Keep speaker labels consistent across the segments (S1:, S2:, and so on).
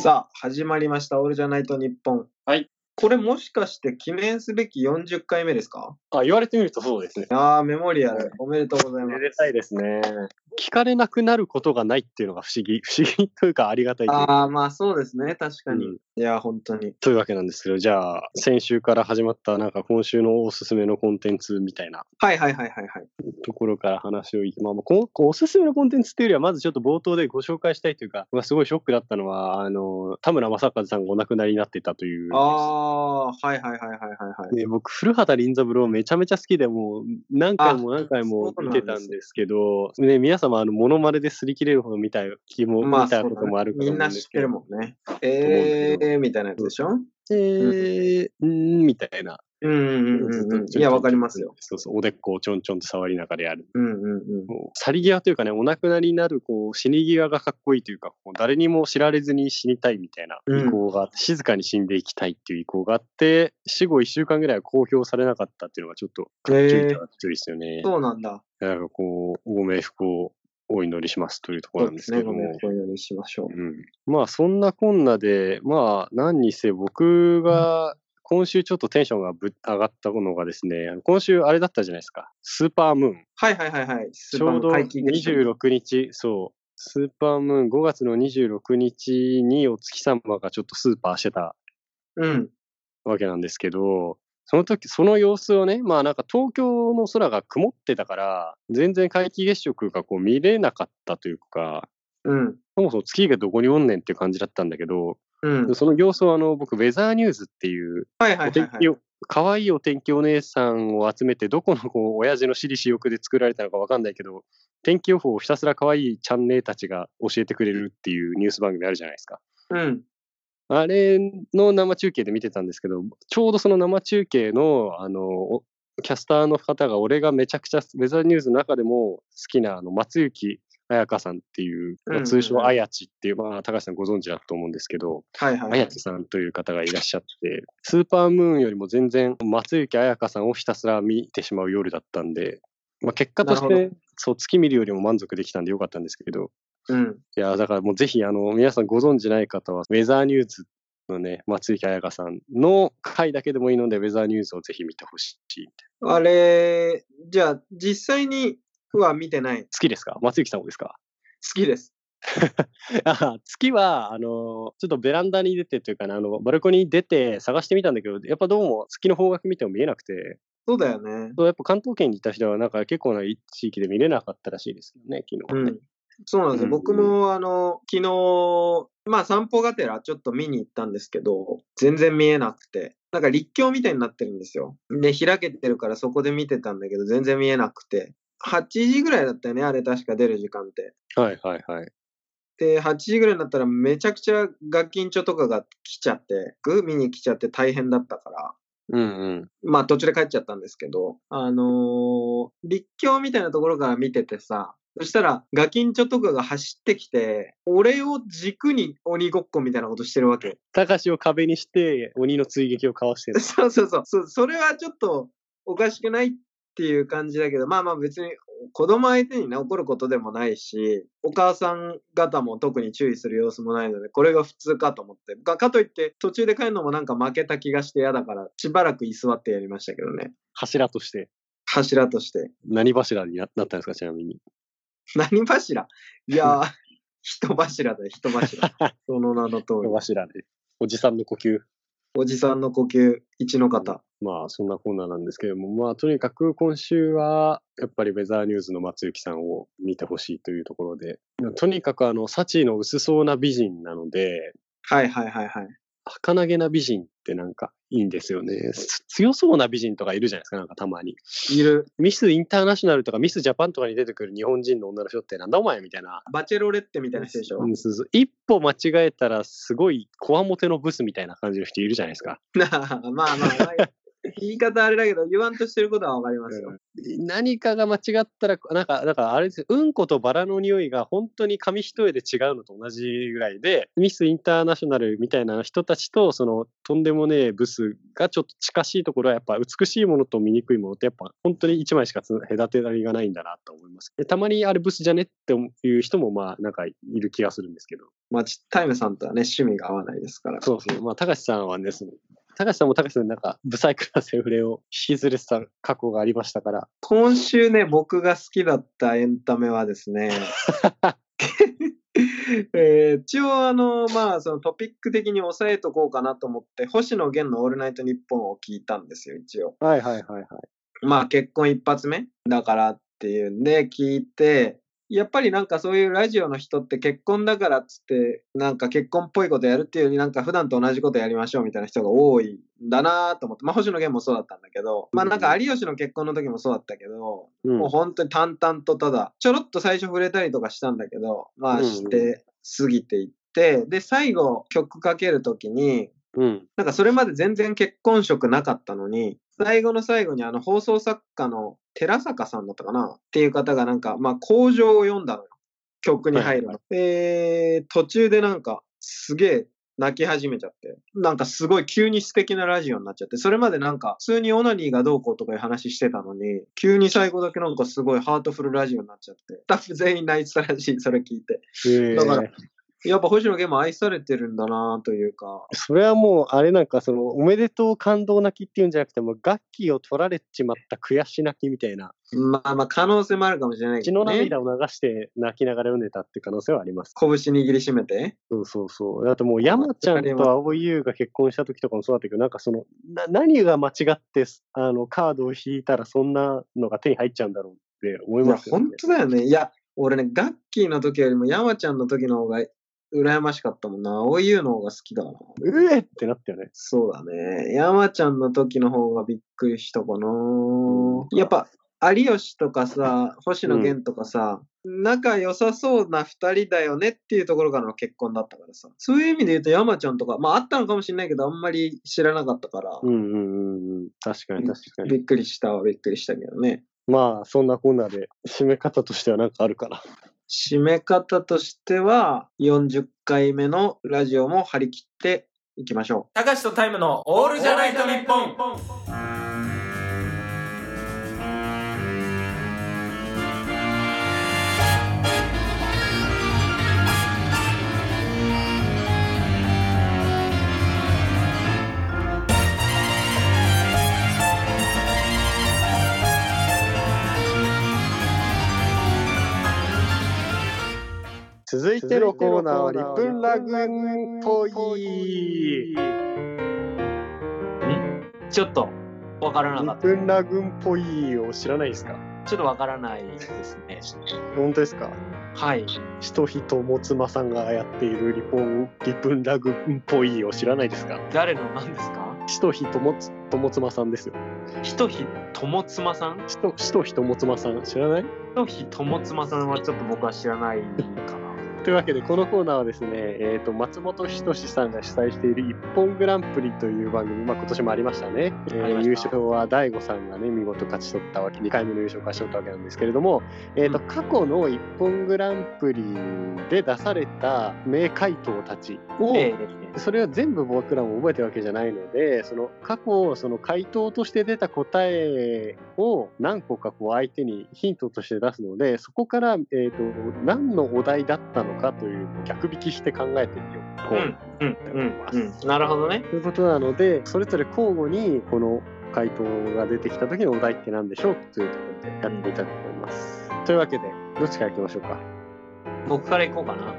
S1: さあ、始まりました。オールじゃないと日本。
S2: はい。
S1: これもしかして記念すべき40回目ですか
S2: あ、言われてみるとそうですね。
S1: ああ、メモリアル。おめでとうござい
S2: め
S1: ます。
S2: でたいですね。聞かれなくなることがないっていうのが不思議、不 思議というかありがたいというか
S1: ああ、まあそうですね。確かに。
S2: うん
S1: いや、本当に。
S2: というわけなんですけど、じゃあ、先週から始まった、なんか今週のおすすめのコンテンツみたいな
S1: はいはいはいはいはい。
S2: ところから話をいきまあまあここうおすすめのコンテンツっていうよりは、まずちょっと冒頭でご紹介したいというか、まあ、すごいショックだったのは、あの、田村正和さんがお亡くなりになっていたという。
S1: ああー、はいはいはいはいはいはい。
S2: ね、僕、古畑任三郎めちゃめちゃ好きで、もう何回も何回も
S1: そうなん
S2: 見
S1: です
S2: てたんですけど、ね、皆様、あの、モノマネで擦り切れるほど見たい気も、
S1: まあ
S2: 見た
S1: そう
S2: こ
S1: だ
S2: と
S1: ね
S2: もあるかと
S1: み
S2: 思うんんで
S1: な
S2: す
S1: 知って
S2: けど。
S1: るもんね。え
S2: けど
S1: えー、みたいなやつでしょ
S2: えー、んーみたいな。
S1: うんうんうんうん。いや、わかりますよ。。
S2: そうそう、おでっこをちょんちょんと触りながらやる。
S1: うんうんうん。
S2: もう去り際というかね、お亡くなりになる、こう、死に際がかっこいいというか、こう誰にも知られずに死にたいみたいな
S1: うん
S2: 意向があって、静かに死んでいきたいっていう意向があって、死後1週間ぐらいは公表されなかったっていうのがちょっと、かっちょい
S1: へ
S2: い
S1: え
S2: とかっちょいいですよね。
S1: そうなんだ。
S2: なんかこう、ご冥福をお祈りしますというとこ
S1: そう
S2: ろなん
S1: で
S2: ですす
S1: ね。
S2: け
S1: ご
S2: ど
S1: めん
S2: も
S1: な。さい。お祈りしましょう。
S2: うんまあそんなこんなで、まあ何にせ僕が今週ちょっとテンションがぶ上がったのがですね、あの今週あれだったじゃないですか、スーパームーン。
S1: はいはいはいはい。
S2: ちょうど
S1: スーパー怪奇劇場
S2: 26日、そう、スーパームーン5月の26日にお月様がちょっとスーパーしてた
S1: うん。
S2: わけなんですけど、その時、その様子をね、まあなんか東京の空が曇ってたから、全然皆既月食がこう見れなかったというか、
S1: うん。
S2: そもそも月がどこにおんねんっていう感じだったんだけど、
S1: うん。
S2: その様子をあの僕、ウェザーニューズっていう、
S1: はいはい
S2: お
S1: はい、
S2: 天
S1: はい
S2: 気。を、可愛いお天気お姉さんを集めて、どこのこう親父の私利私欲で作られたのかわかんないけど、天気予報をひたすら可愛いチャンネルたちが教えてくれるっていうニュース番組あるじゃないですか。
S1: うん。
S2: あれの生中継で見てたんですけど、ちょうどその生中継の、あの、おキャスターの方が、俺がめちゃくちゃ、ウェザーニューズの中でも好きな、あの、松雪彩香さんっていう、まあ
S1: うん
S2: 通
S1: うんう
S2: 称
S1: ん
S2: あやちっていう、まあ、高橋さんご存知だと思うんですけど、
S1: はいはい。
S2: 綾瀬さんという方がいらっしゃって、スーパームーンよりも全然、松雪彩香さんをひたすら見てしまう夜だったんで、まあ、結果とし
S1: なる
S2: て、そう、月見るよりも満足できたんでよかったんですけど、
S1: うん。
S2: いやー、だからもうぜひ、あの、皆さんご存知ない方は、ウェザーニューズのね、松雪彩香さんの回だけでもいいので、ウェザーニューズをぜひ見てほしい。
S1: あれ、じゃあ、実際には見てない。好
S2: 好きですか松雪さんもですか
S1: きです。
S2: あ月は、あのー、ちょっとベランダに出てというかね、あの、バルコニーに出て探してみたんだけど、やっぱどうも月の方角見ても見えなくて、
S1: そうだよね。
S2: そうやっぱ関東圏にいた人は、なんか結構な地域で見れなかったらしいですけどね、
S1: う
S2: 昨日。
S1: ん。そうなんですよ。
S2: うん
S1: 僕も、あの、昨日、まあ散歩がてらちょっと見に行ったんですけど、全然見えなくて。なんか立教みたいになってるんですよ。で、開けてるからそこで見てたんだけど、全然見えなくて。8時ぐらいだったよね、あれ確か出る時間って。
S2: はいはいはい。
S1: で、8時ぐらいになったらめちゃくちゃガキンチョとかが来ちゃって、グー見に来ちゃって大変だったから、
S2: うんうん。
S1: まあ途中で帰っちゃったんですけど、あのー立教みたいなところから見ててさ、そしたらガキンチョとかが走ってきて、俺を軸に鬼ごっこみたいなことしてるわけ。
S2: 高しを壁にして、鬼の追撃をかわして る。
S1: そうそうそうそ。それはちょっとおかしくないっていう感じだけど、まあまあ別に子供相手にね怒ることでもないし、お母さん方も特に注意する様子もないので、これが普通かと思って。かかといって途中で帰るのもなんか負けた気がして嫌だから、しばらく居座ってやりましたけどね。
S2: 柱として。
S1: 柱として。
S2: 何柱にななったんですか、ちなみに。
S1: 何柱いやー、 人柱だよ、人柱。その名の通り。
S2: 柱で。おじさんの呼吸。
S1: おじさんの呼吸、一の方。
S2: まあ、そんなコーナーなんですけども、まあ、とにかく今週は、やっぱりウェザーニューズの松雪さんを見てほしいというところで、とにかく、あの、サチの薄そうな美人なので、
S1: はいはいはいはい。
S2: 儚げな美人ってなんかいいんですよね。つ強そうな美人とかいるじゃないですか、なんかたまに。
S1: いる。
S2: ミスインターナショナルとかミスジャパンとかに出てくる日本人の女の人ってなんだお前みたいな。
S1: バチェロレッテみたいな人でしょ
S2: う。んそうそう一歩間違 えたらすごいこわもてのブスみたいな感じの人いるじゃないですか。
S1: まあまあ、まあ言い方あれだけど、言わんとしてることはわかりますよ。
S2: 何かが間違ったら、なんか、だからあれですようんことバラの匂いが本当に紙一重で違うのと同じぐらいで、ミスインターナショナルみたいな人たちと、その、とんでもねえブスがちょっと近しいところは、やっぱ美しいものと醜いものって、やっぱ本当に一枚しかつ隔てられがないんだなと思います。でたまにあれブスじゃねっていう人も、まあ、なんかいる気がするんですけど。
S1: まあ、ちタイムさんとはね、趣味が合わないですから。
S2: そうそう。まあ、高橋さんはね、その、高橋さんも高橋さんでなんか、不細工なセフレを引きずれてた過去がありましたから、
S1: 今週ね、僕が好きだったエンタメはです ね、えー一応あの、まあ、そのトピック的に押さえとこうかなと思って、星野源のオールナイトニッポンを聞いたんですよ、一応。
S2: はいはいはいはい。
S1: まあ結婚一発目だからっていうんで聞いて、やっぱりなんかそういうラジオの人って結婚だからっつって、なんか結婚っぽいことやるっていうよりなんか普段と同じことやりましょうみたいな人が多いんだなと思って、まあ星野源もそうだったんだけど、まあなんか有吉の結婚の時もそうだったけど、
S2: うん
S1: もう本当に淡々とただ、ちょろっと最初触れたりとかしたんだけど、ま
S2: うん
S1: あ
S2: うん
S1: して過ぎていって、で最後曲かける時に、
S2: うん。
S1: なんかそれまで全然結婚色なかったのに、最後の最後にあの放送作家の寺坂さんだったかなっていう方がなんか、まあ、工場を読んだのよ。曲に入るの。えー、途中でなんか、すげえ泣き始めちゃって、なんかすごい急に素敵なラジオになっちゃって、それまでなんか、普通にオナニーがどうこうとかいう話してたのに、急に最後だけなんかすごいハートフルラジオになっちゃって、スタッフ全員泣いてたらしい、それ聞いて。
S2: へえ
S1: だからやっぱ星野源も愛されてるんだなというか、
S2: それはもう、あれなんか、その、おめでとう感動泣きっていうんじゃなくて、もう、楽器を取られちまった悔し泣きみたいな、
S1: まあまあ可能性もあるかもしれないけ
S2: 血
S1: ど、
S2: の
S1: ね。
S2: 涙を流して泣きながら読んでたって可能性はあります。
S1: 拳握りしめて。
S2: そうそうそう。だってもう、山ちゃん
S1: わかります
S2: と青井優が結婚した時とかもそうだったけど、なんかその、な何が間違って、あの、カードを引いたら、そんなのが手に入っちゃうんだろうって思い
S1: いや、
S2: ますよね
S1: 本当だよね。いや、俺ね、ガッキーの時よりも山ちゃんの時の方が羨ましかったもんな。青い優の方が好きだな。
S2: うえってなったよね。
S1: そうだね。山ちゃんの時の方がびっくりしたかな。やっぱ、有吉とかさ、星野源とかさ、仲良さそうな二人だよねっていうところからの結婚だったからさ。そういう意味で言うと山ちゃんとか、まああったのかもしれないけど、あんまり知らなかったから、
S2: うんうんうんうん。確かに確かに。
S1: びっくりしたはびっくりしたけどね。
S2: まあ、そんなこんなで、締め方としてはなんかあるかな。
S1: 締め方としては、40回目のラジオも張り切っていきましょう。
S3: たかしとタイムのオールじゃないと日本。
S2: 続いてのコーナーは、リプンラグンポイ。リ
S1: ちょっと、わからなかった。
S2: プンラグンポイを知らないですか
S1: ちょっとわからないですね。
S2: 本当ですか
S1: はい。
S2: ひとひともつまさんがやっているリポン、リプンラグンポイを知らないですか
S1: 誰のなんですか
S2: ひとひともつ、ともつまさんですよ。
S1: ひとひともつまさん
S2: ひと、ひとひともつまさん知らない
S1: ひとひともつまさんはちょっと僕は知らないかな。
S2: というわけでこのコーナーはですね、えー、と松本人志さんが主催している「一本グランプリ」という番組、まあ、今年もありましたね、えー
S1: ありました
S2: 優勝は大悟さんがね見事勝ち取ったわけ2回目の優勝を勝ち取ったわけなんですけれども、えーと
S1: う
S2: 過去の「一本グランプリ」で出された名回答たちを、
S1: ええ
S2: それは全部僕らも覚えてるわけじゃないのでその過去その回答として出た答えを何個かこう相手にヒントとして出すのでそこから、えー、と何のお題だったのかという逆引きして考えてみよう。こう
S1: うん、うん、うん。なるほどね。
S2: ということなのでそれぞれ交互にこの回答が出てきた時のお題って何でしょうというところでやってみたいと思います。というわけでどっちからいきましょうか。
S1: 僕から行こうかな。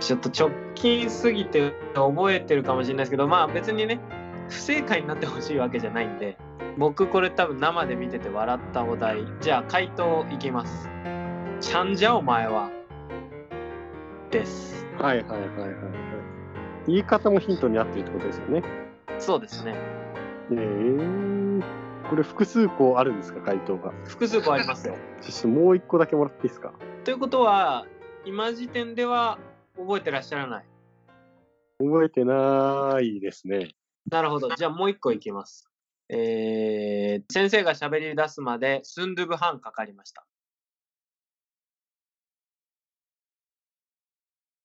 S1: ちょっと直近すぎて覚えてるかもしれないですけど、まあ別にね、不正解になってほしいわけじゃないんで、僕これ多分生で見てて笑ったお題。じゃあ回答いきます。ちゃんじゃお前は。です。
S2: はいはいはいはい、はい。言い方もヒントになっているってことですよね。
S1: そうですね。
S2: えー、これ複数個あるんですか回答が
S1: 複数個ありますよ。
S2: ちょっともう一個だけもらっていいですか
S1: ということは、今時点では覚えてらっしゃらない。
S2: 覚えてないですね
S1: なるほど。じゃあもう一個いきます。えー、先生が喋り出すまでスンドゥブ半かかりました。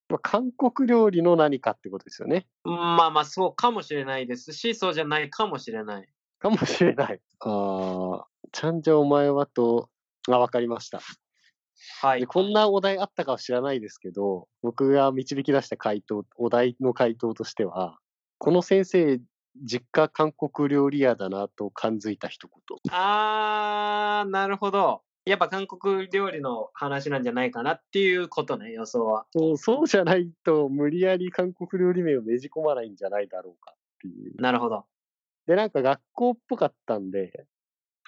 S2: まあ韓国料理の何かってことですよね。
S1: まあまあ、そうかもしれないですし、そうじゃないかもしれない。
S2: かもしれない。ああ、ちゃんじゃお前はと、あ、わかりました。
S1: は
S2: で
S1: い。
S2: こんなお題あったかは知らないですけど、僕が導き出した回答、お題の回答としては、この先生、実家韓国料理屋だなと感づいた一言。
S1: あー、なるほど。やっぱ韓国料理の話なんじゃないかなっていうことね、予想は。
S2: そう そうじゃないと、無理やり韓国料理名をねじ込まないんじゃないだろうかっていう。
S1: なるほど。
S2: で、なんか学校っぽかったんで、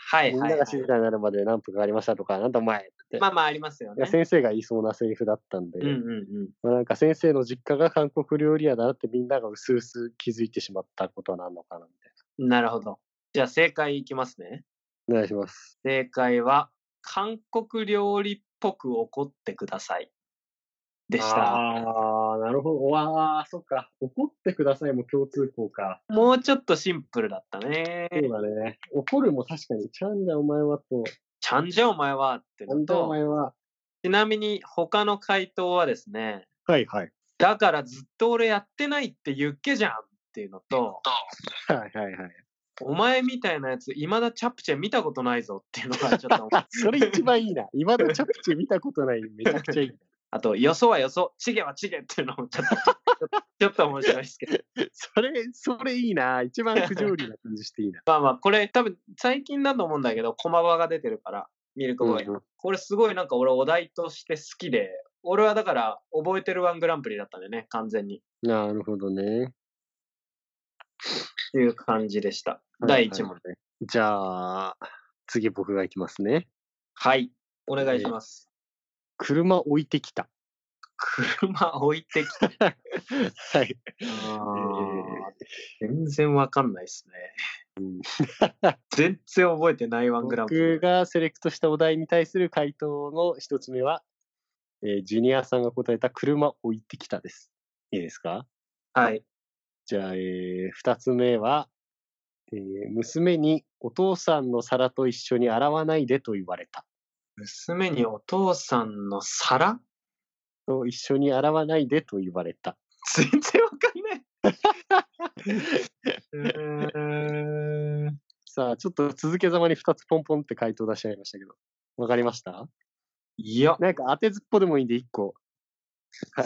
S1: はい
S2: みん
S1: はい、
S2: な
S1: は
S2: が静
S1: い。
S2: かになるまで何分かかりましたとか、なんだお前って。
S1: まあまあありますよ
S2: いや
S1: ね。
S2: 先生が言いそうなセリフだったんで、
S1: うんうんうん。
S2: まあ、なんか先生の実家が韓国料理屋だなってみんながうすうす気づいてしまったことなのかなみたい
S1: なるほど。じゃあ正解いきますね。
S2: な。お願いします。
S1: 正解は、韓国料理っぽく怒ってください。でした。
S2: ああ、なるほど。わあ、そっか。怒ってくださいも共通項か。
S1: もうちょっとシンプルだったね。
S2: そうだね。怒るも確かに、ちゃんじゃお前はと、
S1: ちゃんじゃお前はって
S2: ちゃん
S1: の
S2: じゃお
S1: と、
S2: 前は。
S1: ちなみに他の回答はですね、
S2: はいはい。
S1: だからずっと俺やってないって言っけじゃんっていうのと、
S2: はいはいはい。
S1: お前みたいなやつ、いまだチャプチェ見たことないぞっていうのがちょっと、
S2: あ、 それ一番いいな。今のチャプチェ見たことない。めちゃくちゃいい。
S1: あと、よそはよそ、チゲはチゲっていうのもちょっと、ちょっとちょっと面白いですけど。
S2: それ、それいいな。一番不条理な感じしてい いな。
S1: まあまあ、これ多分最近だと思うんだけど、駒場が出てるから、ミルクボーイの。
S2: うんうん
S1: これすごいなんか俺お題として好きで、俺はだから覚えてるワングランプリだったんでね、完全に。
S2: なるほどね。
S1: っていう感じでした。
S2: はい
S1: 第1問。
S2: はいじゃあ、次僕が行きますね。
S1: はい。お願いします。
S2: 車置いてきた。
S1: 車置いてきた。
S2: はい。
S1: 全然わかんないですね。全然覚えてないワングランプ
S2: 僕
S1: リ。
S2: がセレクトしたお題に対する回答の一つ目は、えージュニアさんが答えた車置いてきたです。いいですか
S1: はい。
S2: じゃあ、えー二つ目は、えー娘にお父さんの皿と一緒に洗わないでと言われた。
S1: 娘にお父さんの皿
S2: と一緒に洗わないでと言われた。
S1: 全然わかんない。うーん
S2: さあ、ちょっと続けざまに二つポンポンって回答出しちゃいましたけど。わかりました
S1: いや、
S2: なんか当てずっぽでもいいんで、一個。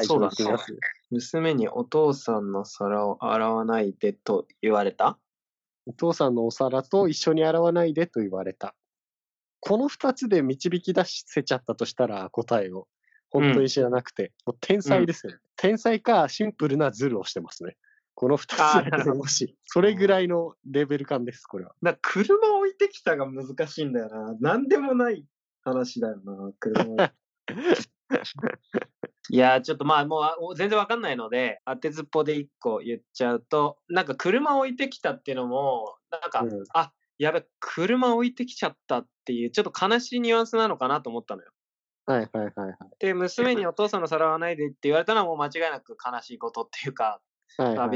S1: そうだ
S2: 一緒に行ってみます
S1: 娘にお父さんの皿を洗わないでと言われた
S2: お父さんのお皿と一緒に洗わないでと言われた。この二つで導き出せちゃったとしたら答えを。本当に知らなくて。もう天才ですよ、ね天才かシンプルなズルをしてますね。この二つ
S1: あーな
S2: だ
S1: るほ
S2: けで
S1: ど
S2: もし、それぐらいのレベル感です、これは。
S1: な車置いてきたが難しいんだよな。なんでもない話だよな、車置いて いやー、ちょっとまあ、もうあお全然わかんないので、当てずっぽで一個言っちゃうと、なんか車置いてきたっていうのも、なんか、
S2: うん
S1: あやべ、車置いてきちゃったっていう、ちょっと悲しいニュアンスなのかなと思ったのよ。
S2: はいはいはいはい。
S1: で、娘にお父さんの皿はないでって言われたのはもう間違いなく悲しいことっていうか、
S2: はいはいはい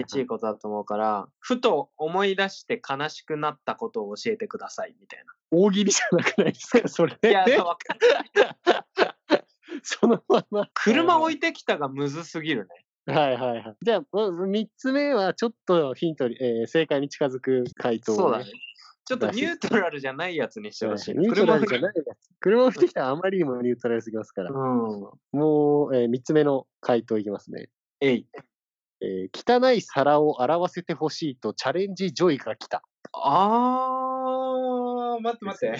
S1: 寂しいことだと思うから、ふと思い出して悲しくなったことを教えてくださいみたい
S2: 大喜利じゃなくないです か、それ。
S1: な。いや、わかんない
S2: そのまま。
S1: 車置いてきたがむずすぎるね。
S2: はいはいはい。じゃあ、3つ目はちょっとヒントに、えー正解に近づく回答を
S1: そうだね。ちょっと
S2: らしい
S1: ニュートラルじゃないやつにして
S2: そ
S1: ほ
S2: うだ
S1: しい。
S2: ニュートラルじ
S1: 車
S2: ゃないやつ。 車を降ってきたらあまりにもニュートラルすぎますから。
S1: うん。
S2: もう、え3つ目の回答いきますね。
S1: えい。
S2: えー汚い皿を洗わせてほしいとチャレンジジョイが来た。
S1: あー、待って待って。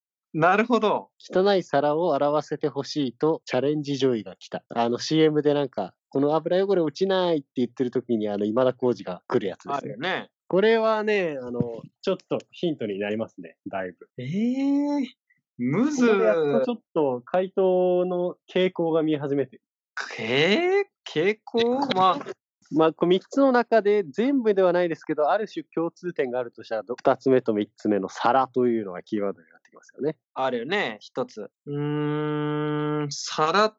S1: なるほど。
S2: 汚い皿を洗わせてほしいとチャレンジジョイが来た。あの CM でなんか、この油汚れ落ちないって言ってる時にあの今田耕司が来るやつで
S1: あ
S2: す
S1: るよ。
S2: ね
S1: ね。
S2: これはね、あの、ちょっとヒントになりますね、だいぶ。
S1: えー、むず
S2: ここでやっとちょっと回答の傾向が見え始めてる。
S1: えー、傾向まあ、
S2: まあ、こう3つの中で全部ではないですけど、ある種共通点があるとしたら、2つ目と3つ目の皿というのがキーワードになってきますよね。
S1: あるよね、一つ。うーん、皿っ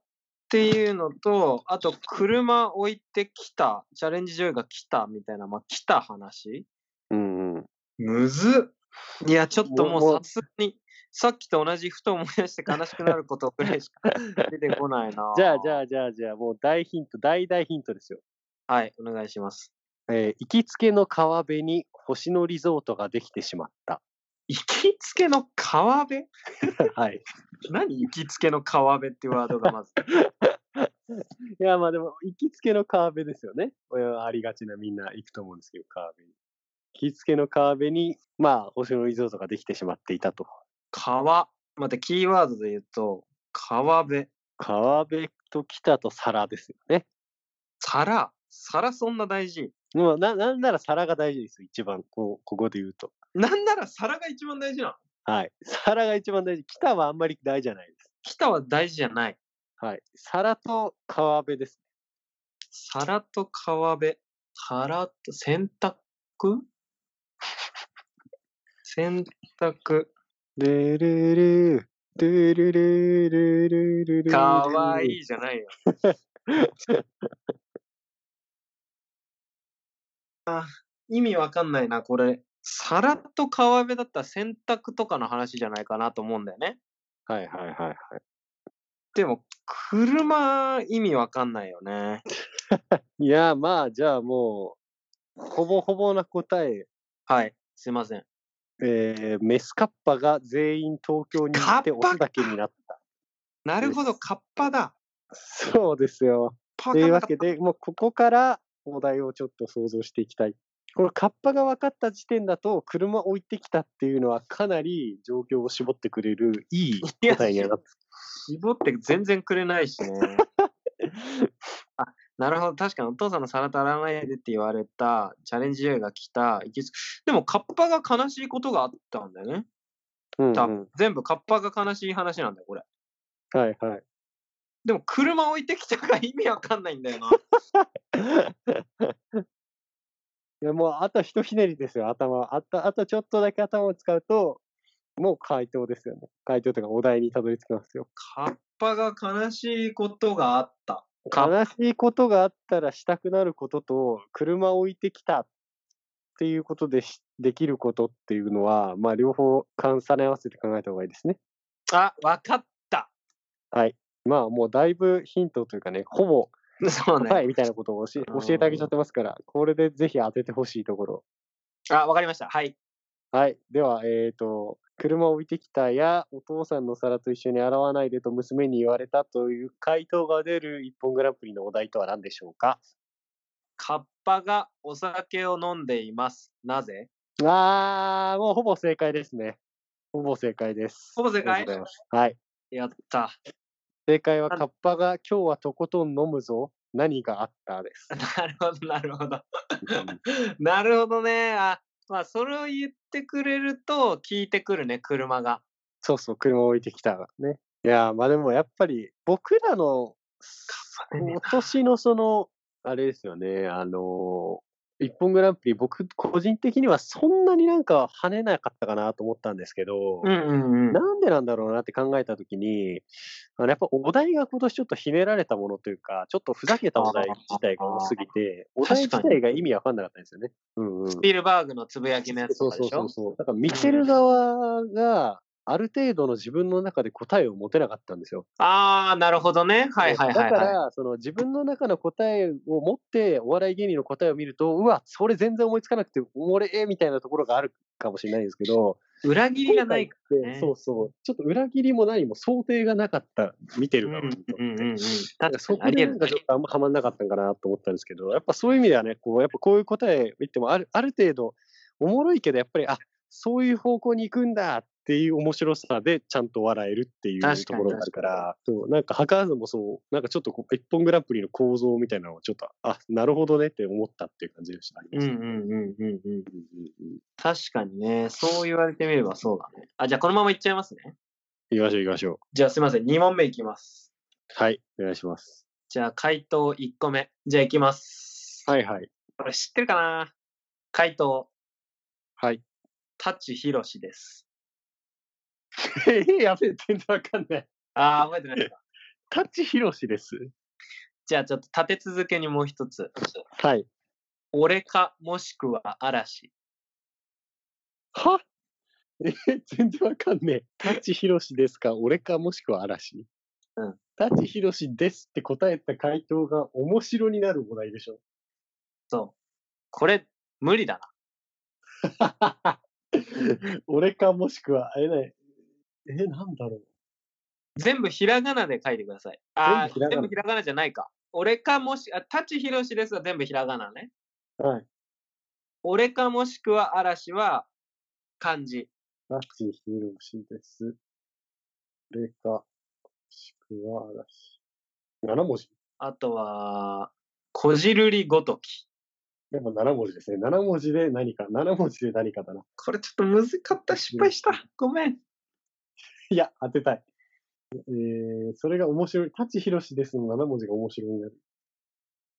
S1: ていうのと、あと、車置いてきた、チャレンジジョイが来たみたいな、まあ、来た話
S2: うんうん。
S1: むずっいや、ちょっとも
S2: もう
S1: うさすがに、さっきと同じふと思い出して悲しくなることくらいし か出てこないな。
S2: じゃあ、じゃ
S1: あ。
S2: あ、じゃあ、じゃあ、もう大ヒント、大大ヒントですよ。
S1: はい、お願いします。
S2: えー行きつけの川辺に星野リゾートができてしまった。
S1: 行きつけの川辺
S2: はい。
S1: 何行きつけの川辺ってワードが まず。
S2: いや、まあでも、行きつけの川辺ですよね。これはありがちなみんな行くと思うんですけど、川辺に。行きつけの川辺に、まあ、星野リゾートができてしまっていたと。
S1: 川。またキーワードで言うと、川辺。
S2: 川辺と北と皿ですよね。
S1: 皿。皿そんな大事。
S2: もうな、なんなら皿が大事ですよ、一番。こう、ここで言うと。
S1: なんなら皿が一番大事なの。
S2: はい。 皿が一番大事。北はあんまり大事じゃないです。
S1: 北は大事じゃない。
S2: はい。皿と川辺です。
S1: 皿と川辺。皿と洗濯洗濯。
S2: ルルルルルルルルルル
S1: かわいいじゃないよ。 あ、意味わかんないな、これ。皿と川辺だったら洗濯とかの話じゃないかなと思うんだよね。
S2: はいはいはいはい。
S1: でも、車、意味わかんないよね。
S2: いや、まあ、じゃあもう、ほぼほぼな答え。
S1: はい、すいません。
S2: えー、メスカッパが全員東京に行って
S1: カッパ
S2: オスだけになった。
S1: なるほど、
S2: です
S1: カッパだ。
S2: そうですよ。
S1: パ
S2: というわ
S1: ー
S2: けで、もうここからお題をちょっと想像していきたい。このカッパが分かった時点だと、車置いてきたっていうのはかなり状況を絞ってくれるいい答えになった。
S1: 絞って全然くれない しね。あなるほど、確かにお父さんの皿足らないでって言われた、チャレンジ試合が来た、行きつでも、カッパが悲しいことがあったんだよね。
S2: うんうん
S1: 多分全部カッパが悲しい話なんだよ、これ。
S2: はいはい。
S1: でも、車置いてきたが意味わかんないんだよな。
S2: いやもうあとひとひねりですよ、頭。あとあとちょっとだけ頭を使うと、もう回答ですよね。回答というかお題にたどり着きますよ。
S1: カッパが悲しいことがあった。カッ
S2: 悲しいことがあったらしたくなることと、車置いてきたっていうことでしできることっていうのは、まあ両方重ね合わせて考えた方がいいですね。
S1: あ、わかった。
S2: まあもうだいぶヒントというかね、ほぼ
S1: そう
S2: 答え
S1: ね。
S2: みたいなことを教え教えてあげちゃってますから、これでぜひ当ててほしいところ。
S1: あ、わかりました。はい。
S2: はい。では、えっ、と、車を置いてきたや、お父さんの皿と一緒に洗わないでと娘に言われたという回答が出る一本グランプリのお題とは何でしょうか
S1: カッパがお酒を飲んでいます。なぜ
S2: あー、もうほぼ正解ですね。ほぼ正解です。
S1: ほぼ正解
S2: ありがとうございますはい。
S1: やった。
S2: 正解は、
S1: なん
S2: カッパが今日はとことん飲むぞ。何があっ たです。
S1: なるほど、なるほど。 なるほどね。あ、まあ、それを言ってくれると、聞いてくるね、車が。
S2: そうそう、車を置いてきたがね。いやー、まあでもやっぱり、僕らの、
S1: パね
S2: 今年のその、あれですよね、あのー、一本グランプリ、僕、個人的にはそんなになんか跳ねなかったかなと思ったんですけど、
S1: ん うんうん。
S2: なんでなんだろうなって考えたときに、あのやっぱお題が今年ちょっとひねられたものというか、ちょっとふざけたお題自体が多すぎて、お題自
S1: 確かに
S2: 体が意味わかんなかったんですよね。うんうん
S1: スピルバーグのつぶやきのやつ
S2: そ
S1: とか
S2: うそ
S1: で
S2: う
S1: し
S2: そ
S1: ょ
S2: うそう。だから見てる側が、ある程度の自分の中で答えを持てなかったんですよ。
S1: ああ、なるほどね。はいはいはい、
S2: だか
S1: はい。
S2: ら、その自分の中の答えを持って、お笑い芸人の答えを見ると、うわ、それ全然思いつかなくて、俺、えみたいなところがあるかもしれないんですけど、
S1: 裏切りがないか
S2: 今
S1: ら
S2: 回っ
S1: ね
S2: てそうそう。ちょっと裏切りも何も想定がなかった、見て
S1: う
S2: る
S1: ん
S2: 側
S1: うん
S2: にとって
S1: うんうんうん。
S2: なんかそ
S1: 確か
S2: こ
S1: に
S2: で
S1: あり
S2: なん
S1: え
S2: か
S1: る
S2: ちょっとあんまはまんなかったんかなと思ったんですけど、やっぱそういう意味ではね、こうやっぱこういう答え言ってもある ある程度おもろいけど、やっぱりあそういう方向に行くんだっていう面白さでちゃんと笑えるってい
S1: 確かに
S2: うところがあるから、そうなんか図らずもそう、なんかちょっとこう一本グランプリの構造みたいなのをちょっと、あなるほどねって思ったっていう感じでした。
S1: うんうんうんうんうん。確かにね。そう言われてみればそうだね。あ、じゃあこのままいっちゃいますね。
S2: 行きましょう行きましょう。
S1: じゃあすいません。2問目いきます。
S2: はい、お願いします。
S1: じゃあ回答1個目。じゃあいきます。
S2: はいはい。
S1: これ知ってるかな回答、
S2: はい。
S1: タッチヒロシです。
S2: えーやべえ、全然わかんない。
S1: ああ、覚えてないですか。
S2: タッチヒロシです。
S1: じゃあちょっと立て続けにもう一つ。
S2: はい。
S1: 俺かもしくは嵐。
S2: は え、全然わかんねえ。舘ひろしですか俺かもしくは嵐
S1: うん。
S2: 舘ひろしですって答えた回答が面白になるお題でし ょ。
S1: そう。これ、無理だ
S2: 俺かもしくは、え、なえ、なんだろう。
S1: な。全部ひらがなで書いてください。あー
S2: 全部ひらが
S1: 全
S2: な
S1: 部ひらがなじゃないか。俺かもし、あ、舘ひろしですが全部ひらがなね。
S2: はい。
S1: 俺かもしくは嵐は漢字。
S2: 舘ひろしです。俺か、もしくは嵐。7文字
S1: あとは、こじるりごとき。
S2: やっぱ7文字ですね。7文字で何か、7文字で何かだな。
S1: これちょっと難かった。失敗した。ごめん。
S2: いや、当てたい。えー、それが面白い。舘ひろしですの7文字が面白いになる。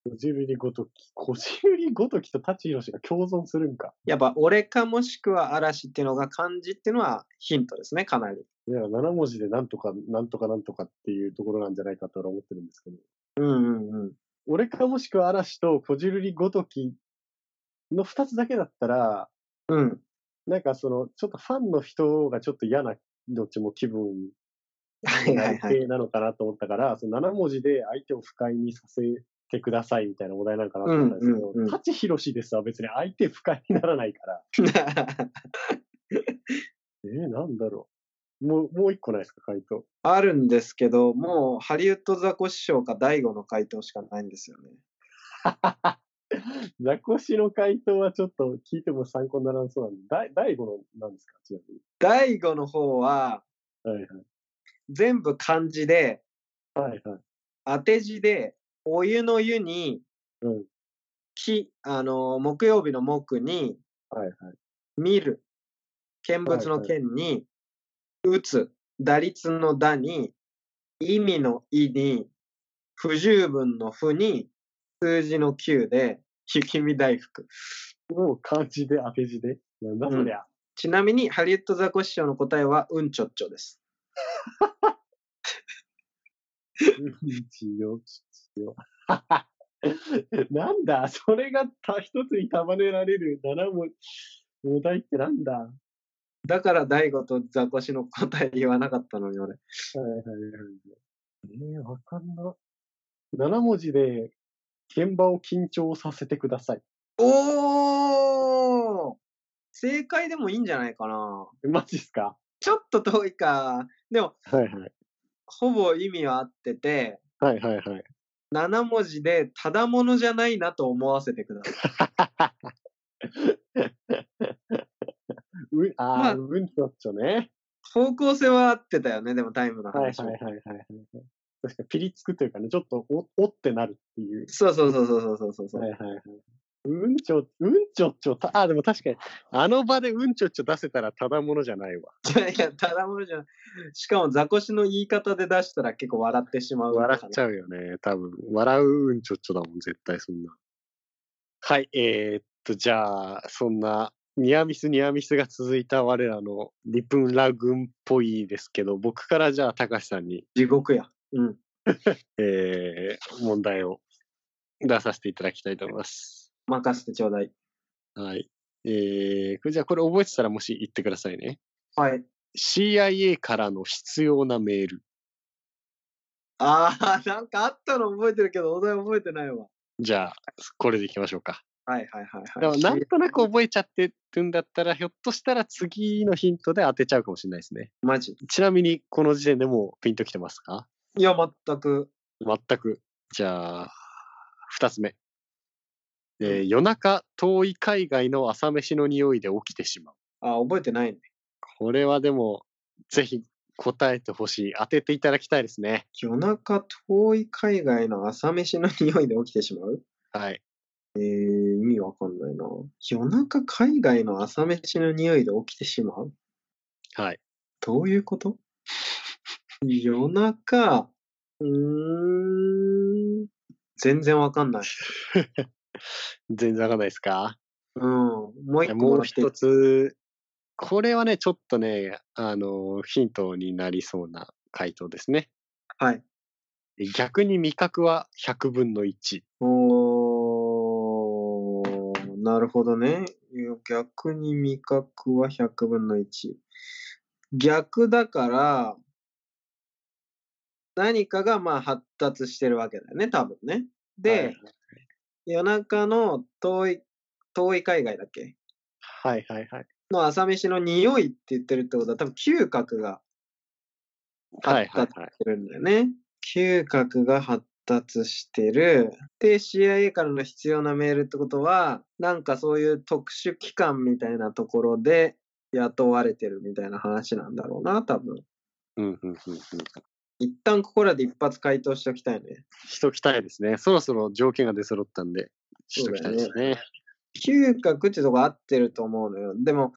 S2: こじるりごとき。こじるりごときと舘ひろしが共存するんか。
S1: やっぱ、俺かもしくは嵐っていうのが漢字っていうのはヒントですね、かなり。
S2: だから7文字でなんとか、なんとかなんとかっていうところなんじゃないかと俺は思ってるんですけど。
S1: うんうんうん。
S2: 俺かもしくは嵐とこじるりごときの2つだけだったら、
S1: うん。
S2: なんかその、ちょっとファンの人がちょっと嫌な、どっちも気分
S1: はいはいはい。
S2: なのかなと思ったから、その7文字で相手を不快にさせてくださいみたいなお題なのかなと思ったんですけ
S1: うんうんうん
S2: ど、舘ひろしですは別に相手不快にならないから、えー、なんだろう。もう、もう一個ないですか、回答。
S1: あるんですけど、もうハリウッドザコシショウか大悟の回答しかないんですよね。
S2: ザコシの回答はちょっと聞いても参考にならなそうなんで、だい第5のなんですか、ちなみに。
S1: 大悟の方は
S2: はいはい。
S1: 全部漢字で、
S2: はいはい。
S1: 当て字で、お湯の湯に、
S2: うん。
S1: 木、あの、木曜日の木に、
S2: はいはい。
S1: 見る、見物の見に、打つ、打率の打に、意味の意に、不十分の不に、数字の9で、雪見大福。
S2: もう漢字で当て字で。なんだ
S1: うん
S2: そりゃ。
S1: ちなみに、ハリウッドザコシショウの答えは、うんちょっちょです。
S2: 一応、一応。 なんだ、それがた一つに束ねられる七文お題ってなんだ。はい
S1: だから、大悟とザコシの答え言わなかったのに、俺。
S2: はいはい。えー、わかんな。七文字で現場を緊張させてください。
S1: おー正解でもいいんじゃないかな。
S2: マジっすか
S1: ちょっと遠いか。でも、
S2: はいはい。
S1: ほぼ意味は合ってて、
S2: はいはいはい。
S1: 7文字で、ただものじゃないなと思わせてください。ま
S2: うあ
S1: あ
S2: ー、うんちょっちょね。
S1: 方向性は合ってたよね、でもタイムの
S2: はい
S1: 話
S2: は
S1: も。
S2: いはいはいはい。確かピリつくというかね、ちょっとお、おってなるっていう。
S1: そうそうそうそうそうそうそう、
S2: はいはいはい。うんちょ、うんちょっちょ、たあ、でも確かに、あの場でうんちょっちょ出せたらただものじゃないわ。
S1: いやいや、ただものじゃない。しかも、ザコシの言い方で出したら結構笑ってしまう。
S2: 笑っち
S1: ゃう。
S2: ゃうよね、多分。笑ううんちょっちょだもん、絶対そんな。はい、えーっと、じゃあ、そんな、ニアミスニアミスが続いた我らのリプンラグンっぽいですけど、僕からじゃあ、たかしさんに、
S1: 地獄や。うん。
S2: えー問題を出させていただきたいと思います。
S1: 任せてちょうだい。
S2: はい。えー、じゃあこれ覚えてたらもし言ってくださいね。
S1: はい。
S2: CIA からの必要なメール。
S1: ああ、なんかあったの覚えてるけど、お題覚えてないわ。
S2: じゃあ、これでいきましょうか。
S1: はいはいはい
S2: で
S1: は
S2: も
S1: い。
S2: なんとなく覚えちゃってるんだったら、ひょっとしたら次のヒントで当てちゃうかもしれないですね。
S1: マジ。
S2: ちなみに、この時点でもうピンときてますか
S1: いや、全く。
S2: 全く。じゃあ、二つ目。えー夜中、遠い海外の朝飯の匂いで起きてしまう。
S1: あ覚えてないね。
S2: これはでも、ぜひ答えてほしい。当てていただきたいですね。
S1: 夜中遠い海外の朝飯の匂いで起きてしまう
S2: はい。
S1: えー、意味わかんないな。夜中海外の朝飯の匂いで起きてしまう
S2: はい。
S1: どういうこと 夜中、うーん、全然わかんない。
S2: 全然わかんないですか
S1: うん、もう一個
S2: もう
S1: 来て
S2: 一つ、これはね、ちょっとね、あの、ヒントになりそうな回答ですね。
S1: はい。
S2: 逆に味覚は100分の1。
S1: おー、ななるほどね。逆に味覚は100分の1。逆だから、何かがまあ発達してるわけだよね、多分ね。で、
S2: はい
S1: 夜中の遠い、遠い海外だっけ
S2: はいはいはい。
S1: の朝飯の匂いって言ってるってことは、多分嗅覚が
S2: はいはいはい。
S1: してるんだよね。嗅覚が発達してる。で、CIA からの必要なメールってことは、なんかそういう特殊機関みたいなところで雇われてるみたいな話なんだろうな、多分。
S2: うんうんうんうん。
S1: 一旦ここらで一発回答しておきたいね。
S2: しときたいですね。そろそろ条件が出揃ったんで、しときたいですね。
S1: 嗅覚ってとこ合ってると思うのよ。でも、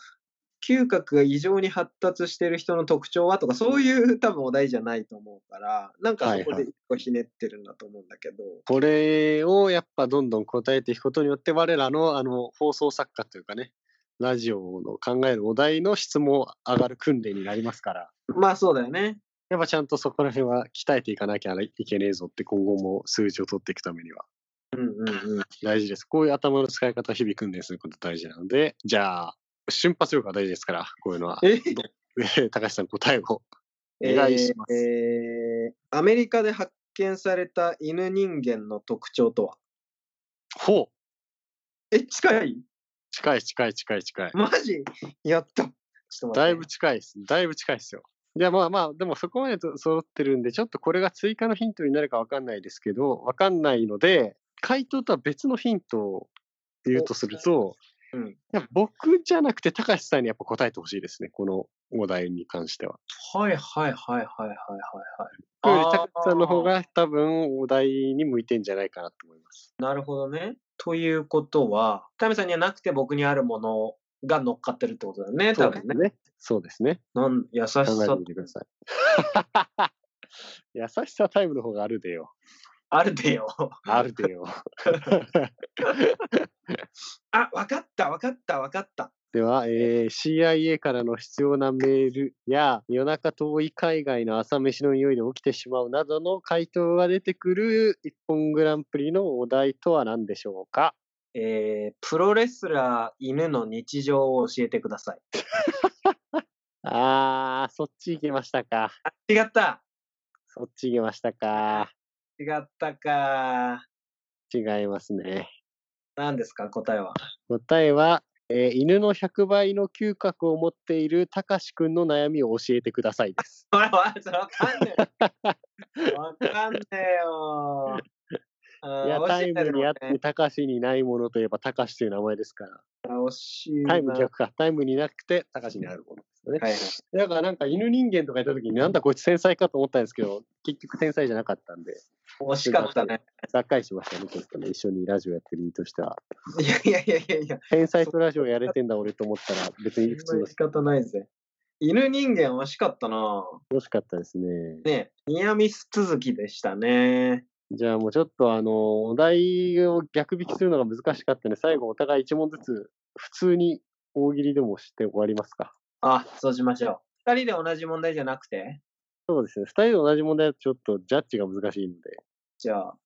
S1: 嗅覚が異常に発達してる人の特徴はとか、そういう多分お題じゃないと思うから、なんかそこで一個ひねってるんだと思うんだけど。
S2: これをやっぱどんどん答えていくことによって、我らのあの放送作家というかね、ラジオの考えるお題の質も上がる訓練になりますから、
S1: まあそうだよね。
S2: やっぱちゃんとそこら辺は鍛えていかなきゃいけねえぞって、今後も数字を取っていくためには
S1: うんうんうん。
S2: 大事です。こういう頭の使い方を日々訓練すること大事なので、じゃあ、瞬発力が大事ですから、こういうのは。
S1: え
S2: え高橋さん、答えを。お願いします
S1: えーえーアメリカで発見された犬人間の特徴とは
S2: ほう
S1: え、近い
S2: 近い近い近い近い。
S1: マジやった。ちょっと待って。
S2: だいぶ近いです。だいぶ近いですよ。いや、まあまあ、でもそこまでと揃ってるんで、ちょっとこれが追加のヒントになるかわかんないですけど、わかんないので、回答とは別のヒントを言うとすると、
S1: うん
S2: いや僕じゃなくて高橋さんにやっぱ答えてほしいですね、このお題に関しては。
S1: はいはいはいはいはいはい
S2: 僕
S1: はい
S2: より高橋さんの方
S1: あ
S2: が多分お題に向いてんじゃないかなと思います。
S1: ーなるほどね。ということは、タミさんにはなくて僕にあるものが乗っかってるってことだよね、
S2: そ
S1: 多
S2: うで
S1: 分
S2: す
S1: ね。
S2: ね。そうですね。
S1: なん優しさ
S2: 考えてみてください。 優しさタイムの方があるでよ。
S1: あるでよ。
S2: あるでよ。
S1: あ、わかったわかったわかった。
S2: では、えー CIA からの必要なメールや夜中遠い海外の朝飯の匂いで起きてしまうなどの回答が出てくる一本グランプリのお題とは何でしょうか
S1: えー、プロレスラー犬の日常を教えてください。
S2: あー、そっち行きましたか。
S1: 違った
S2: そっち行きましたか。
S1: 違ったか。
S2: 違いますね。
S1: 何ですか答えは。
S2: 答えは、えー犬の100倍の嗅覚を持っているたかしくんの悩みを教えてくださいです。
S1: おいおい、それわかんねえ。わかんねえよ。あー
S2: いや、
S1: 惜
S2: タ
S1: し
S2: イ
S1: んだ
S2: ム
S1: けど
S2: にあっ
S1: ね
S2: てたかしにないものといえばたかしという名前ですから。
S1: あ惜しいな。
S2: タイム逆か。タイムになくて、高しにあるものですよね。
S1: はいはい。
S2: だからなんか犬人間とかいた時に、なんだこいつ天才かと思ったんですけど、結局天才じゃなかったんで、
S1: 惜しかったね。
S2: がっかりしましたね、ちょっとね。一緒にラジオやってる身としては。
S1: いやいやいやいやいや、
S2: 天才とラジオやれてんだ俺と思ったら、別に普通
S1: そん
S2: の
S1: な仕方ないぜ。犬人間惜しかったな。
S2: 楽しかったですね。
S1: ねえニアミス続きでしたね。
S2: じゃあもうちょっとあの、お題を逆引きするのが難しかったんで、最後お互い一問ずつ、普通に大喜利でもして終わりますか。
S1: あ、そうしましょう。二人で同じ問題じゃなくて
S2: そうですね。二人で同じ問題だとちょっとジャッジが難しいので。
S1: じゃあ、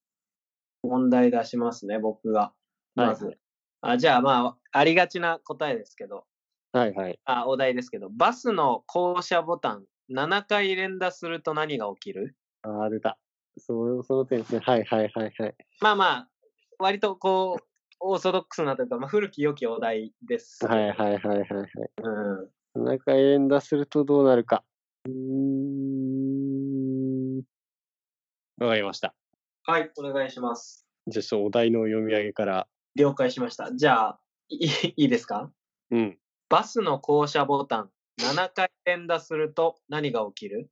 S1: 問題出しますね、僕が。まず。
S2: はい
S1: あじゃあ、まあ、ありがちな答えですけど。
S2: はいはい。
S1: あ、お題ですけど、バスの降車ボタン、7回連打すると何が起きる
S2: ああ、出た。そその点ですね。はいはいはいはい。
S1: まあまあ、割とこう、オーソドックスなというか、まあ、古き良きお題です。
S2: はいはいはいはいはい。
S1: うん。
S2: 中連打するとどうなるか。うーん。わかりました。
S1: はい、お願いします。
S2: じゃあちょっとお題の読み上げから。
S1: 了解しました。じゃあ、い いいですか
S2: うん。
S1: バスの降車ボタン、7回連打すると何が起きる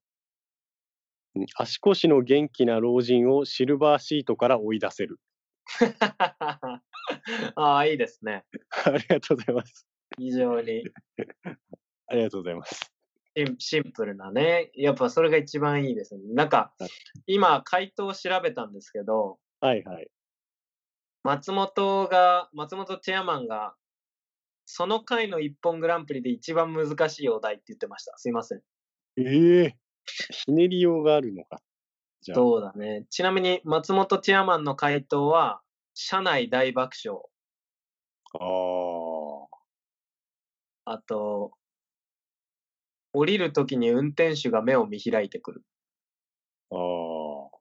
S2: 足腰の元気な老人をシルバーシートから追い出せる。
S1: ああ、いいですね。
S2: ありがとうございます。
S1: 非常に
S2: ありがとうございます。
S1: シンシンプルなね。やっぱそれが一番いいですね。なんか
S2: はい、
S1: 今、回答を調べたんですけど、
S2: はいはい。
S1: 松本が、松本チェアマンが、その回の一本グランプリで一番難しいお題って言ってました。すいません。
S2: ええひねりようがあるのか。じゃあ
S1: そうだね。ちなみに、松本チェアマンの回答は、社内大爆笑。
S2: ああ。
S1: あと、降りるときに運転手が目を見開いてくる。
S2: ああ。は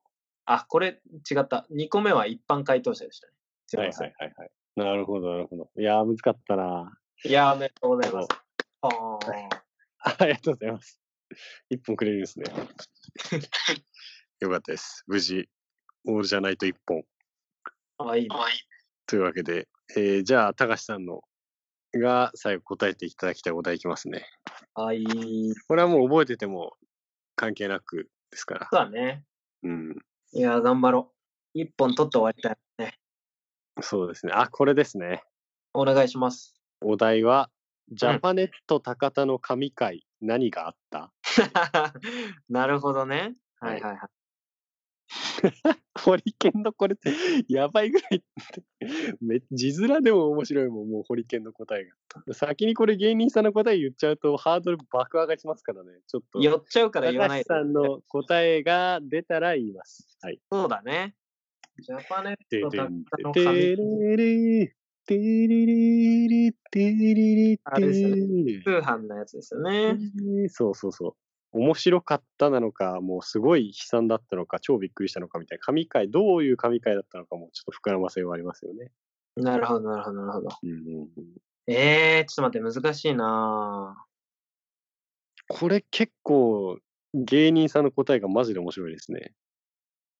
S1: あ、これ違った。2個目は一般回答者でしたね。す
S2: い
S1: ま
S2: は
S1: せ
S2: い
S1: ん
S2: はいはい。なるほど、なるほど。いやー、難かったな。
S1: いやー、おめでとうございます。あー
S2: あありがとうございます。一本くれるんですね。よかったです。無事、オールじゃないと一本。
S1: あ、いいね。
S2: というわけで、えーじゃあ、高橋さんのが最後答えていただきたいお題いきますね。
S1: あ、いい。
S2: これはもう覚えてても関係なくですから。
S1: そうだね。
S2: うん。
S1: いやー、頑張ろう。1本取って終わりたいね。
S2: そうですね。あ、これですね。
S1: お願いします。
S2: お題は、ジャパネット高田の神回、何があった
S1: なるほどね。はいはいはい。
S2: ホリケンのこれ、やばいぐらいってめ、字面でも面白いもん、もうホリケンの答えが。先にこれ芸人さんの答え言っちゃうと、ハードル爆上がりしますからね。ちょっと、
S1: 寄っちゃうから
S2: 高
S1: 言わない
S2: 橋
S1: で
S2: さんの答えが出たら言います。はい。
S1: そうだね。ジャパネッ
S2: て
S1: ト
S2: れ
S1: たっ
S2: れ
S1: の
S2: て
S1: 紙
S2: れれてれれれてれれ
S1: あれですよ
S2: て
S1: 通販のやつですよね。
S2: れそうそうそう。面白かったなのか、もうすごい悲惨だったのか、超びっくりしたのかみたいな、神回、どういう神回だったのかも、ちょっと膨らませようありますよね。
S1: なるほど、なるほど、なるほど。
S2: うんうんうん
S1: えー、ちょっと待って、難しいなぁ
S2: これ結構、芸人さんの答えがマジで面白いですね。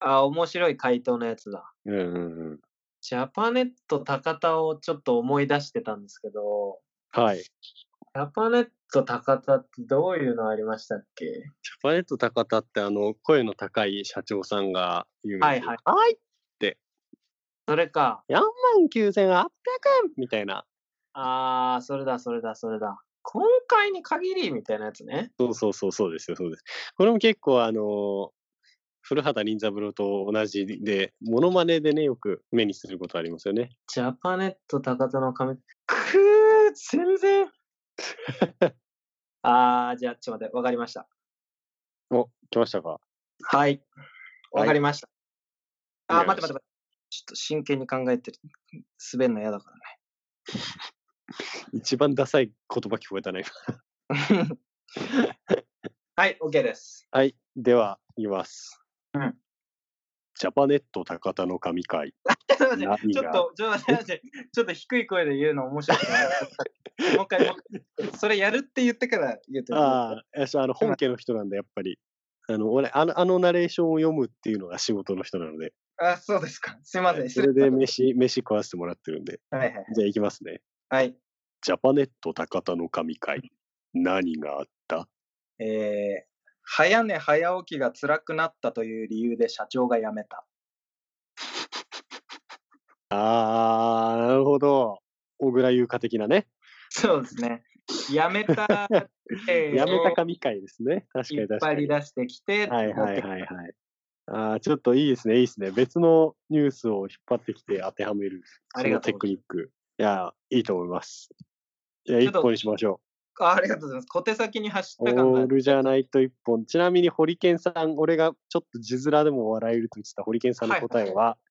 S1: あ、面白い回答のやつだ。
S2: うんうんうん。
S1: ジャパネット高田をちょっと思い出してたんですけど、
S2: はい。ジ
S1: ジャパネット高田ってどういうのありましたっけ
S2: ャパネット高田って、あの、声の高い社長さんが有名
S1: はいはい
S2: はい。
S1: それか。
S2: 4万9800円みたいな。
S1: あー、それだ、それだ、それだ。今回に限りみたいなやつね。
S2: そうそうそう、そうですよ、そうです。これも結構、あのー古畑任三郎と同じで、モノマネでね、よく目にすることありますよね。
S1: ジャパネット高田の髪。くー、全 然。あー、じゃあ、ちょっと待って、わかりました。
S2: お、来ましたか
S1: はい。わかりました。
S2: わ
S1: あー、
S2: か
S1: 待っ
S2: り
S1: て
S2: ま
S1: 待
S2: し
S1: って待って。ちょっと真剣に考えてる。滑るの嫌だから。
S2: 一番ダサい言葉聞こえたね。
S1: はい、OK です。
S2: はい、では、言います。
S1: うん
S2: ジャパネット高田の神回。
S1: ちょっと待って、ちょっ
S2: 何が
S1: と、ちょっと待って、待ってちょっと低い声で言うの面白くない。もう一回、もう一回それやるって言ってから言うと。
S2: ああ、よしあの、本家の人なんで、やっぱり。あの、俺、あの、あのナレーションを読むっていうのが仕事の人なので、
S1: あ、そうですか。すいません。失
S2: それ
S1: 礼し
S2: で飯、飯食わせてもらってるんで。
S1: ましたはいはい。
S2: じゃあ、行きますね。
S1: はい。
S2: ジャパネット高田の神回。何があった
S1: えー、早寝早起きが辛くなったという理由で社長が辞めた。
S2: あー、なるほど。小倉優香的なね。
S1: そうですね。辞め た例を
S2: やめた神回ですね。確か
S1: 引っ
S2: に
S1: 張
S2: 確か
S1: り
S2: に。
S1: 出してき て、
S2: はいはいはいはい。あーちょっといいですね、いいですね。別のニュースを引っ張ってきて当てはめる。
S1: ありがとう
S2: そのテ
S1: ござ
S2: ク
S1: い
S2: ニック。いや、いいと思います。いや、
S1: ちょ
S2: 一
S1: っと
S2: 本にしましょ
S1: ます。あありがとうございます。小手先に走っ
S2: う。オ
S1: た感が
S2: ー。ルじゃないと一本。ちなみに、ホリケンさん、俺がちょっと字面でも笑えると言ってたホリケンさんの
S1: はいはい
S2: 答えは、
S1: うん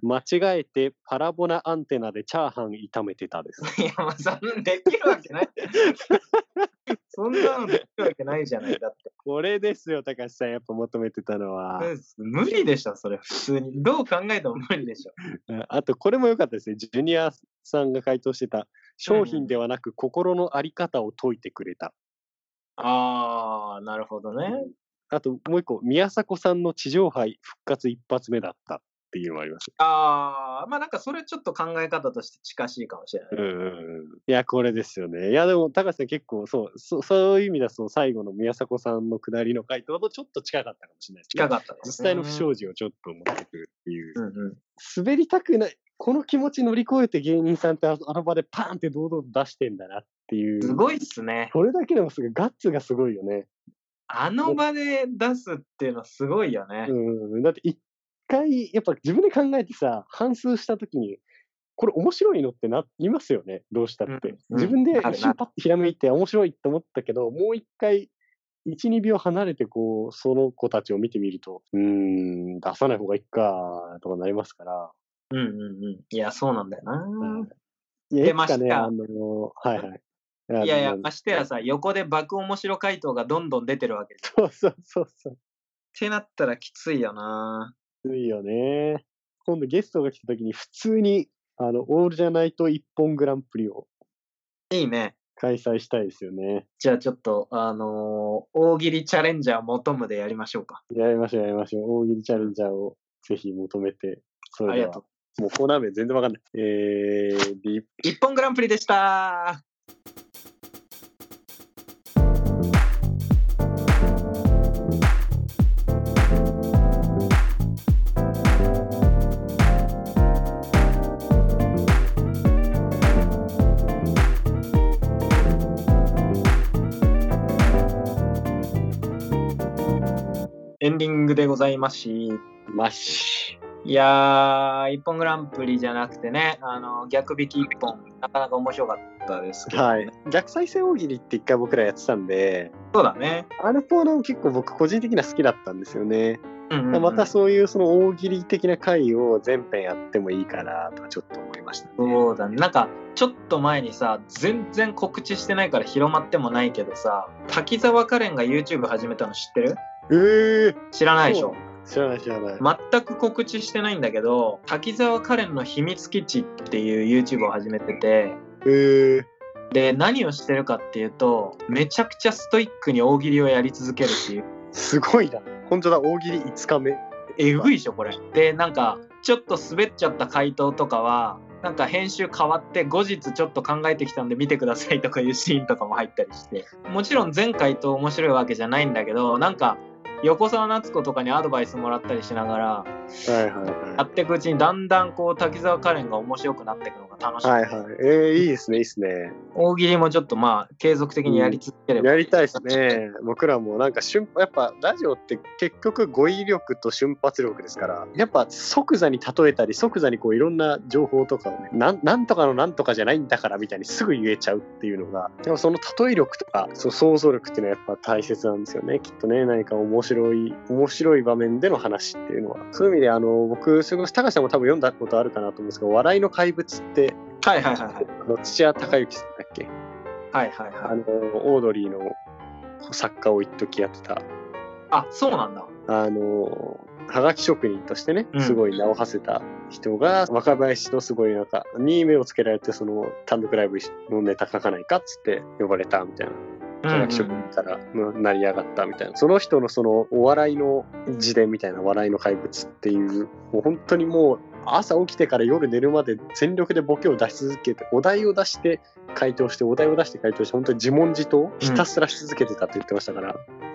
S2: 間違えてパラボナアンテナでチャーハン炒めてたです。
S1: いや、まあ、そんなできるわけない。そんなのできるわけないじゃない。だって。
S2: これですよ、高橋さん、やっぱ求めてたのは。
S1: 無理でしょ、それ、普通に。どう考えても無理でしょ。
S2: ああと、これも良かったですね。ジュニアさんが回答してた、商品ではなく心のあり方を解いてくれた。
S1: あー、なるほどね。
S2: あと、もう一個、宮迫さんの地上杯復活一発目だったっていうのもあります。
S1: あー、まあなんかそれちょっと考え方として近しいかもしれな
S2: う
S1: い。
S2: んうんうん。いや、これですよね。いや、でも、高橋さん結構、そう、そそういう意味だと、最後の宮迫さんの下りの回答とちょっと近かったかもしれないですね。
S1: 近かったです
S2: 実
S1: ね
S2: 際の不祥事をちょっと持ってくるっていう。
S1: うんうん。
S2: 滑りたくない、この気持ち乗り越えて芸人さんってああの場でパーンって堂々と出してんだなっていう。
S1: すごいっすね。
S2: それだけでもすごい、ガッツがすごいよね。
S1: あの場で出すっていうのはすごいよね。
S2: うん。だって一回、やっぱ自分で考えてさ、反数したときに、これ面白いのってな、言いますよね。どうしたって。
S1: うん
S2: 自分で
S1: うんあるな
S2: 一瞬パッとひらめいて面白いって思ったけど、もう一回、1、2秒離れて、こう、その子たちを見てみると、うーん、出さない方がいいか、とかなりますから。
S1: うんうんうん。いや、そうなんだよな。
S2: うんいや
S1: 出ました
S2: いつかね、あの、はいはい。あの
S1: いやいや、ましてやさ、横で爆面白回答がどんどん出てるわけじゃん。っ
S2: そうそうそうそう。
S1: てなったらきついよな。
S2: きついよね。今度ゲストが来た時に普通に、あの、オールじゃないと一本グランプリを
S1: いいね。
S2: 開催したいですよね。
S1: じゃあちょっと、あのー大喜利チャレンジャー求むでやりましょうか。
S2: やりましょうやりましょう。大喜利チャレンジャーをぜひ求めて。そ
S1: あ
S2: れ
S1: り
S2: で
S1: が
S2: は
S1: とう。
S2: もうコーナー名全然わかんない。えー、リ
S1: 一本グランプリでした。エンディングでございますし。
S2: マッシ
S1: いやー、一本グランプリじゃなくてね、あの逆引き一本、なかなか面白かったですけ
S2: ュ。
S1: ど、
S2: はい。逆再生大喜利って一回僕らやってたんで、
S1: そうだね。
S2: あのコーナーも結構僕個人的には好きだったんですよね。
S1: うんうんうん
S2: またそういうその大喜利的な回を全編やってもいいかなとはちょっと思いましたね。
S1: そうだね。なんか、ちょっと前にさ、全然告知してないから広まってもないけどさ、滝沢カレンが YouTube 始めたの知ってる
S2: えー、
S1: 知らないでしょ
S2: 知らない知らない。
S1: 全く告知してないんだけど、滝沢カレンの秘密基地っていう YouTube を始めてて、
S2: えー、
S1: で、何をしてるかっていうと、めちゃくちゃストイックに大喜利をやり続けるっていう
S2: すごいな。本当だ、大喜利5日目。
S1: えぐいでしょこれ。でなんかちょっと滑っちゃった回答とかはなんか編集変わって後日ちょっと考えてきたんで見てくださいとかいうシーンとかも入ったりしてもちろん全回答面白いわけじゃないんだけどなんか横澤夏子とかにアドバイスもらったりしながら
S2: はいはい
S1: や
S2: は
S1: っていくうちにだんだんこう滝沢カレンが面白くなっていくのが楽し
S2: い。
S1: い、
S2: はいはい。えー、いいですね、いいですね。
S1: 大喜利もちょっとまあ継続的にやり続ければ、
S2: やりたいですね。僕らもなんか瞬、やっぱラジオって結局語彙力と瞬発力ですから、やっぱ即座に例えたり、即座にこういろんな情報とかをね、なんなんとかのなんとかじゃないんだからみたいにすぐ言えちゃうっていうのが、でもその例え力とか、そう想像力っていうのはやっぱ大切なんですよね。きっとね、何か面白い、面白い場面での話っていうのは。そういう意味で、あの、僕、それこそ高橋さんも多分読んだことあるかなと思うんですけど、笑いの怪物って、
S1: はいはいはいはい
S2: あの土屋隆之さんだっけ
S1: はいはい
S2: あ
S1: はい
S2: のオードリーの作家を一時やってた
S1: あそうなんだ
S2: あのはがき職人としてね
S1: うん
S2: すごい名を馳せた人が、若林のすごいなんかに目をつけられてその単独ライブのネタ書かないかっつって呼ばれたみたいな科学職人からうん成り上がったみたいな、その人のそのお笑いの自伝みたいな「笑いの怪物」っていうもう本当にもう朝起きてから夜寝るまで全力でボケを出し続けてお題を出して回答してお題を出して回答して本当に自問自答ひたすらし続けてたって言ってましたから、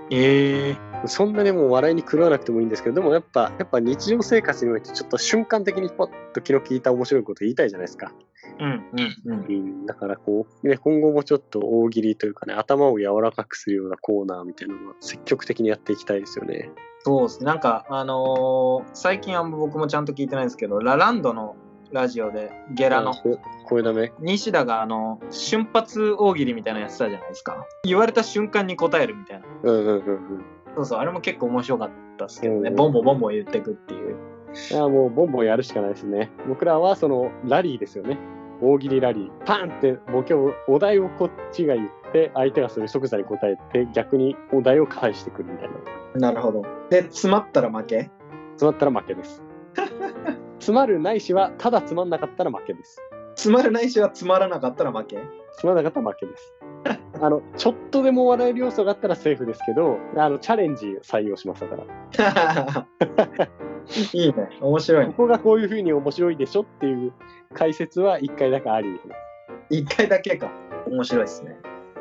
S1: ええ
S2: そんなにもう笑いに狂わなくてもいいんですけどでもやっぱやっぱ日常生活においてちょっと瞬間的にポッと気の利いた面白いこと言いたいじゃないですか。
S1: うんうんうん
S2: うん、だからこう、ね、今後もちょっと大喜利というかね、頭を柔らかくするようなコーナーみたいなのは積極的にやっていきたいですよね。
S1: そうですね。なんか、あのー最近あんま僕もちゃんと聞いてないんですけど、ラランドのラジオで、ゲラの、
S2: こ声だめ。
S1: 西田が、あの、瞬発大喜利みたいなのやってたじゃないですか。言われた瞬間に答えるみたいな。
S2: うんうんうんうん。
S1: そうそう、あれも結構面白かったですけどね。
S2: うん
S1: ボンボンボンボン言ってくっていう。
S2: いや、もうボンボンやるしかないですね。僕らはそのラリーですよね。大喜利ラリー。パンってボケを、お題をこっちが言って、相手がそれ即座に答えて、逆にお題を返してくるみたい
S1: な
S2: な。
S1: るほど。で、詰まったら負け
S2: 詰まったら負け です。詰まるないしは、ただつまんなかったら負けです。
S1: 詰まらないしは詰まらなかったら 負け
S2: つまらなかったら負けです。あのちょっとでも笑える要素があったらセーフですけど、あのチャレンジ採用しますだから、
S1: いいね。面白い
S2: こ
S1: ね。
S2: こがこういうふうに面白いでしょっていう解説は1回だけありですね
S1: 一回だけか。面白いですね。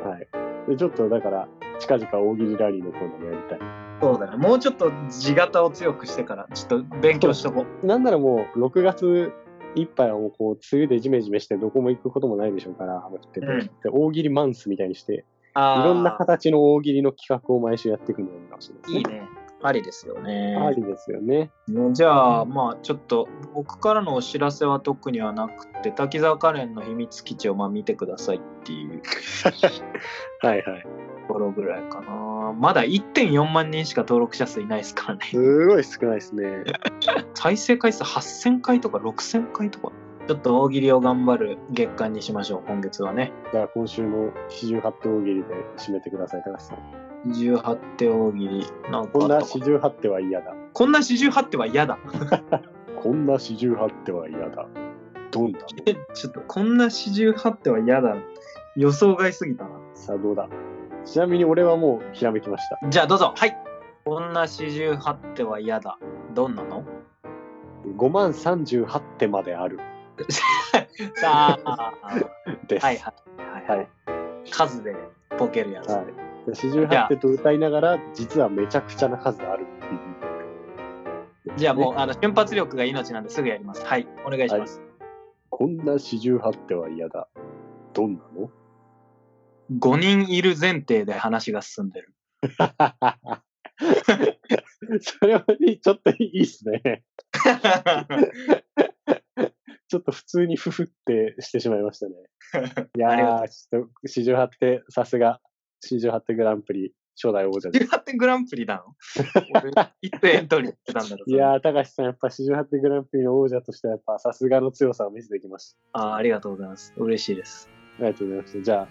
S2: はい。でちょっとだから、近々大喜利ラリーのコーナーもやりたい。
S1: そうだね。もうちょっと地型を強くしてから、ちょっと勉強しとこう。
S2: なんならもう、6月いっぱいはもうこう、梅雨でジメジメしてどこも行くこともないでしょうから、雨降ってて、
S1: うん
S2: で大喜利マンスみたいにして、い
S1: あー
S2: ろんな形の大喜利の企画を毎週やっていくのもいいかもしれないです
S1: い
S2: ね。
S1: いね。ありですよね。
S2: ありですよね。
S1: ねじゃあ、まあちょっと僕からのお知らせは特にはなくて、滝沢カレンの秘密基地をまあ見てくださいっていう
S2: はいはい。
S1: ところぐらいかな。まだ1.4万人しか登録者数いないですからね。
S2: すごい少ないですね。
S1: 再生回数8000回とか6000回とか。ちょっと大喜利を頑張る月間にしましょう、今月はね。
S2: じゃあ今週の四十八手大喜利で締めてください、高橋さん。
S1: 18手大喜利。なんか
S2: こん
S1: あ
S2: な
S1: ったか
S2: 四十八手は嫌だ。
S1: こんな48手は嫌だ。
S2: こんな四十八手は嫌だ。どんなの
S1: えちょっと、こんな48手は嫌だ。予想外すぎたな。
S2: さあどうだちなみに俺はもうひらめきました。
S1: じゃあどうぞ。はい。こんな48手は嫌だ。どんなの
S2: 5万38手まである
S1: さあ、
S2: です。
S1: はいはいはい、
S2: は
S1: はいい、数でポケるやつ。
S2: はいで48手と歌いながら、実はめちゃくちゃな数あるっていう。
S1: じゃあもう、
S2: ね
S1: あの瞬発力が命なんですぐやります。はい、お願いします。
S2: こんな48手は嫌だ。どんなの
S1: 5人いる前提で話が進ん でる。
S2: それはちょっといいっすね。ちょっと普通にふふってしてしまい ましたね。いや
S1: ありが
S2: ー、ちょっと48手、さすが、48手グランプリ、初代王 者です。
S1: 18点グランプリなの俺、一点エントリーしてたんだろう。
S2: いやー、高橋さん、やっぱ48手グランプリの王者としては、やっぱさすがの強さを見せてきました。
S1: あーありがとうございます。嬉しいです。
S2: ありがとうございました。じゃあ、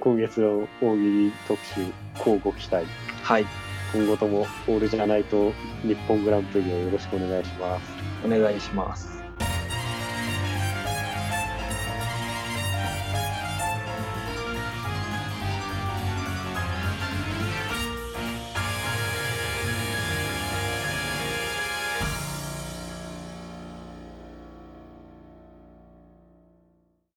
S2: 今月の大喜利特集、乞うご期待。
S1: はい、
S2: 今後ともオールじゃないと日本グランプリをよろしくお願いします。
S1: お願いします。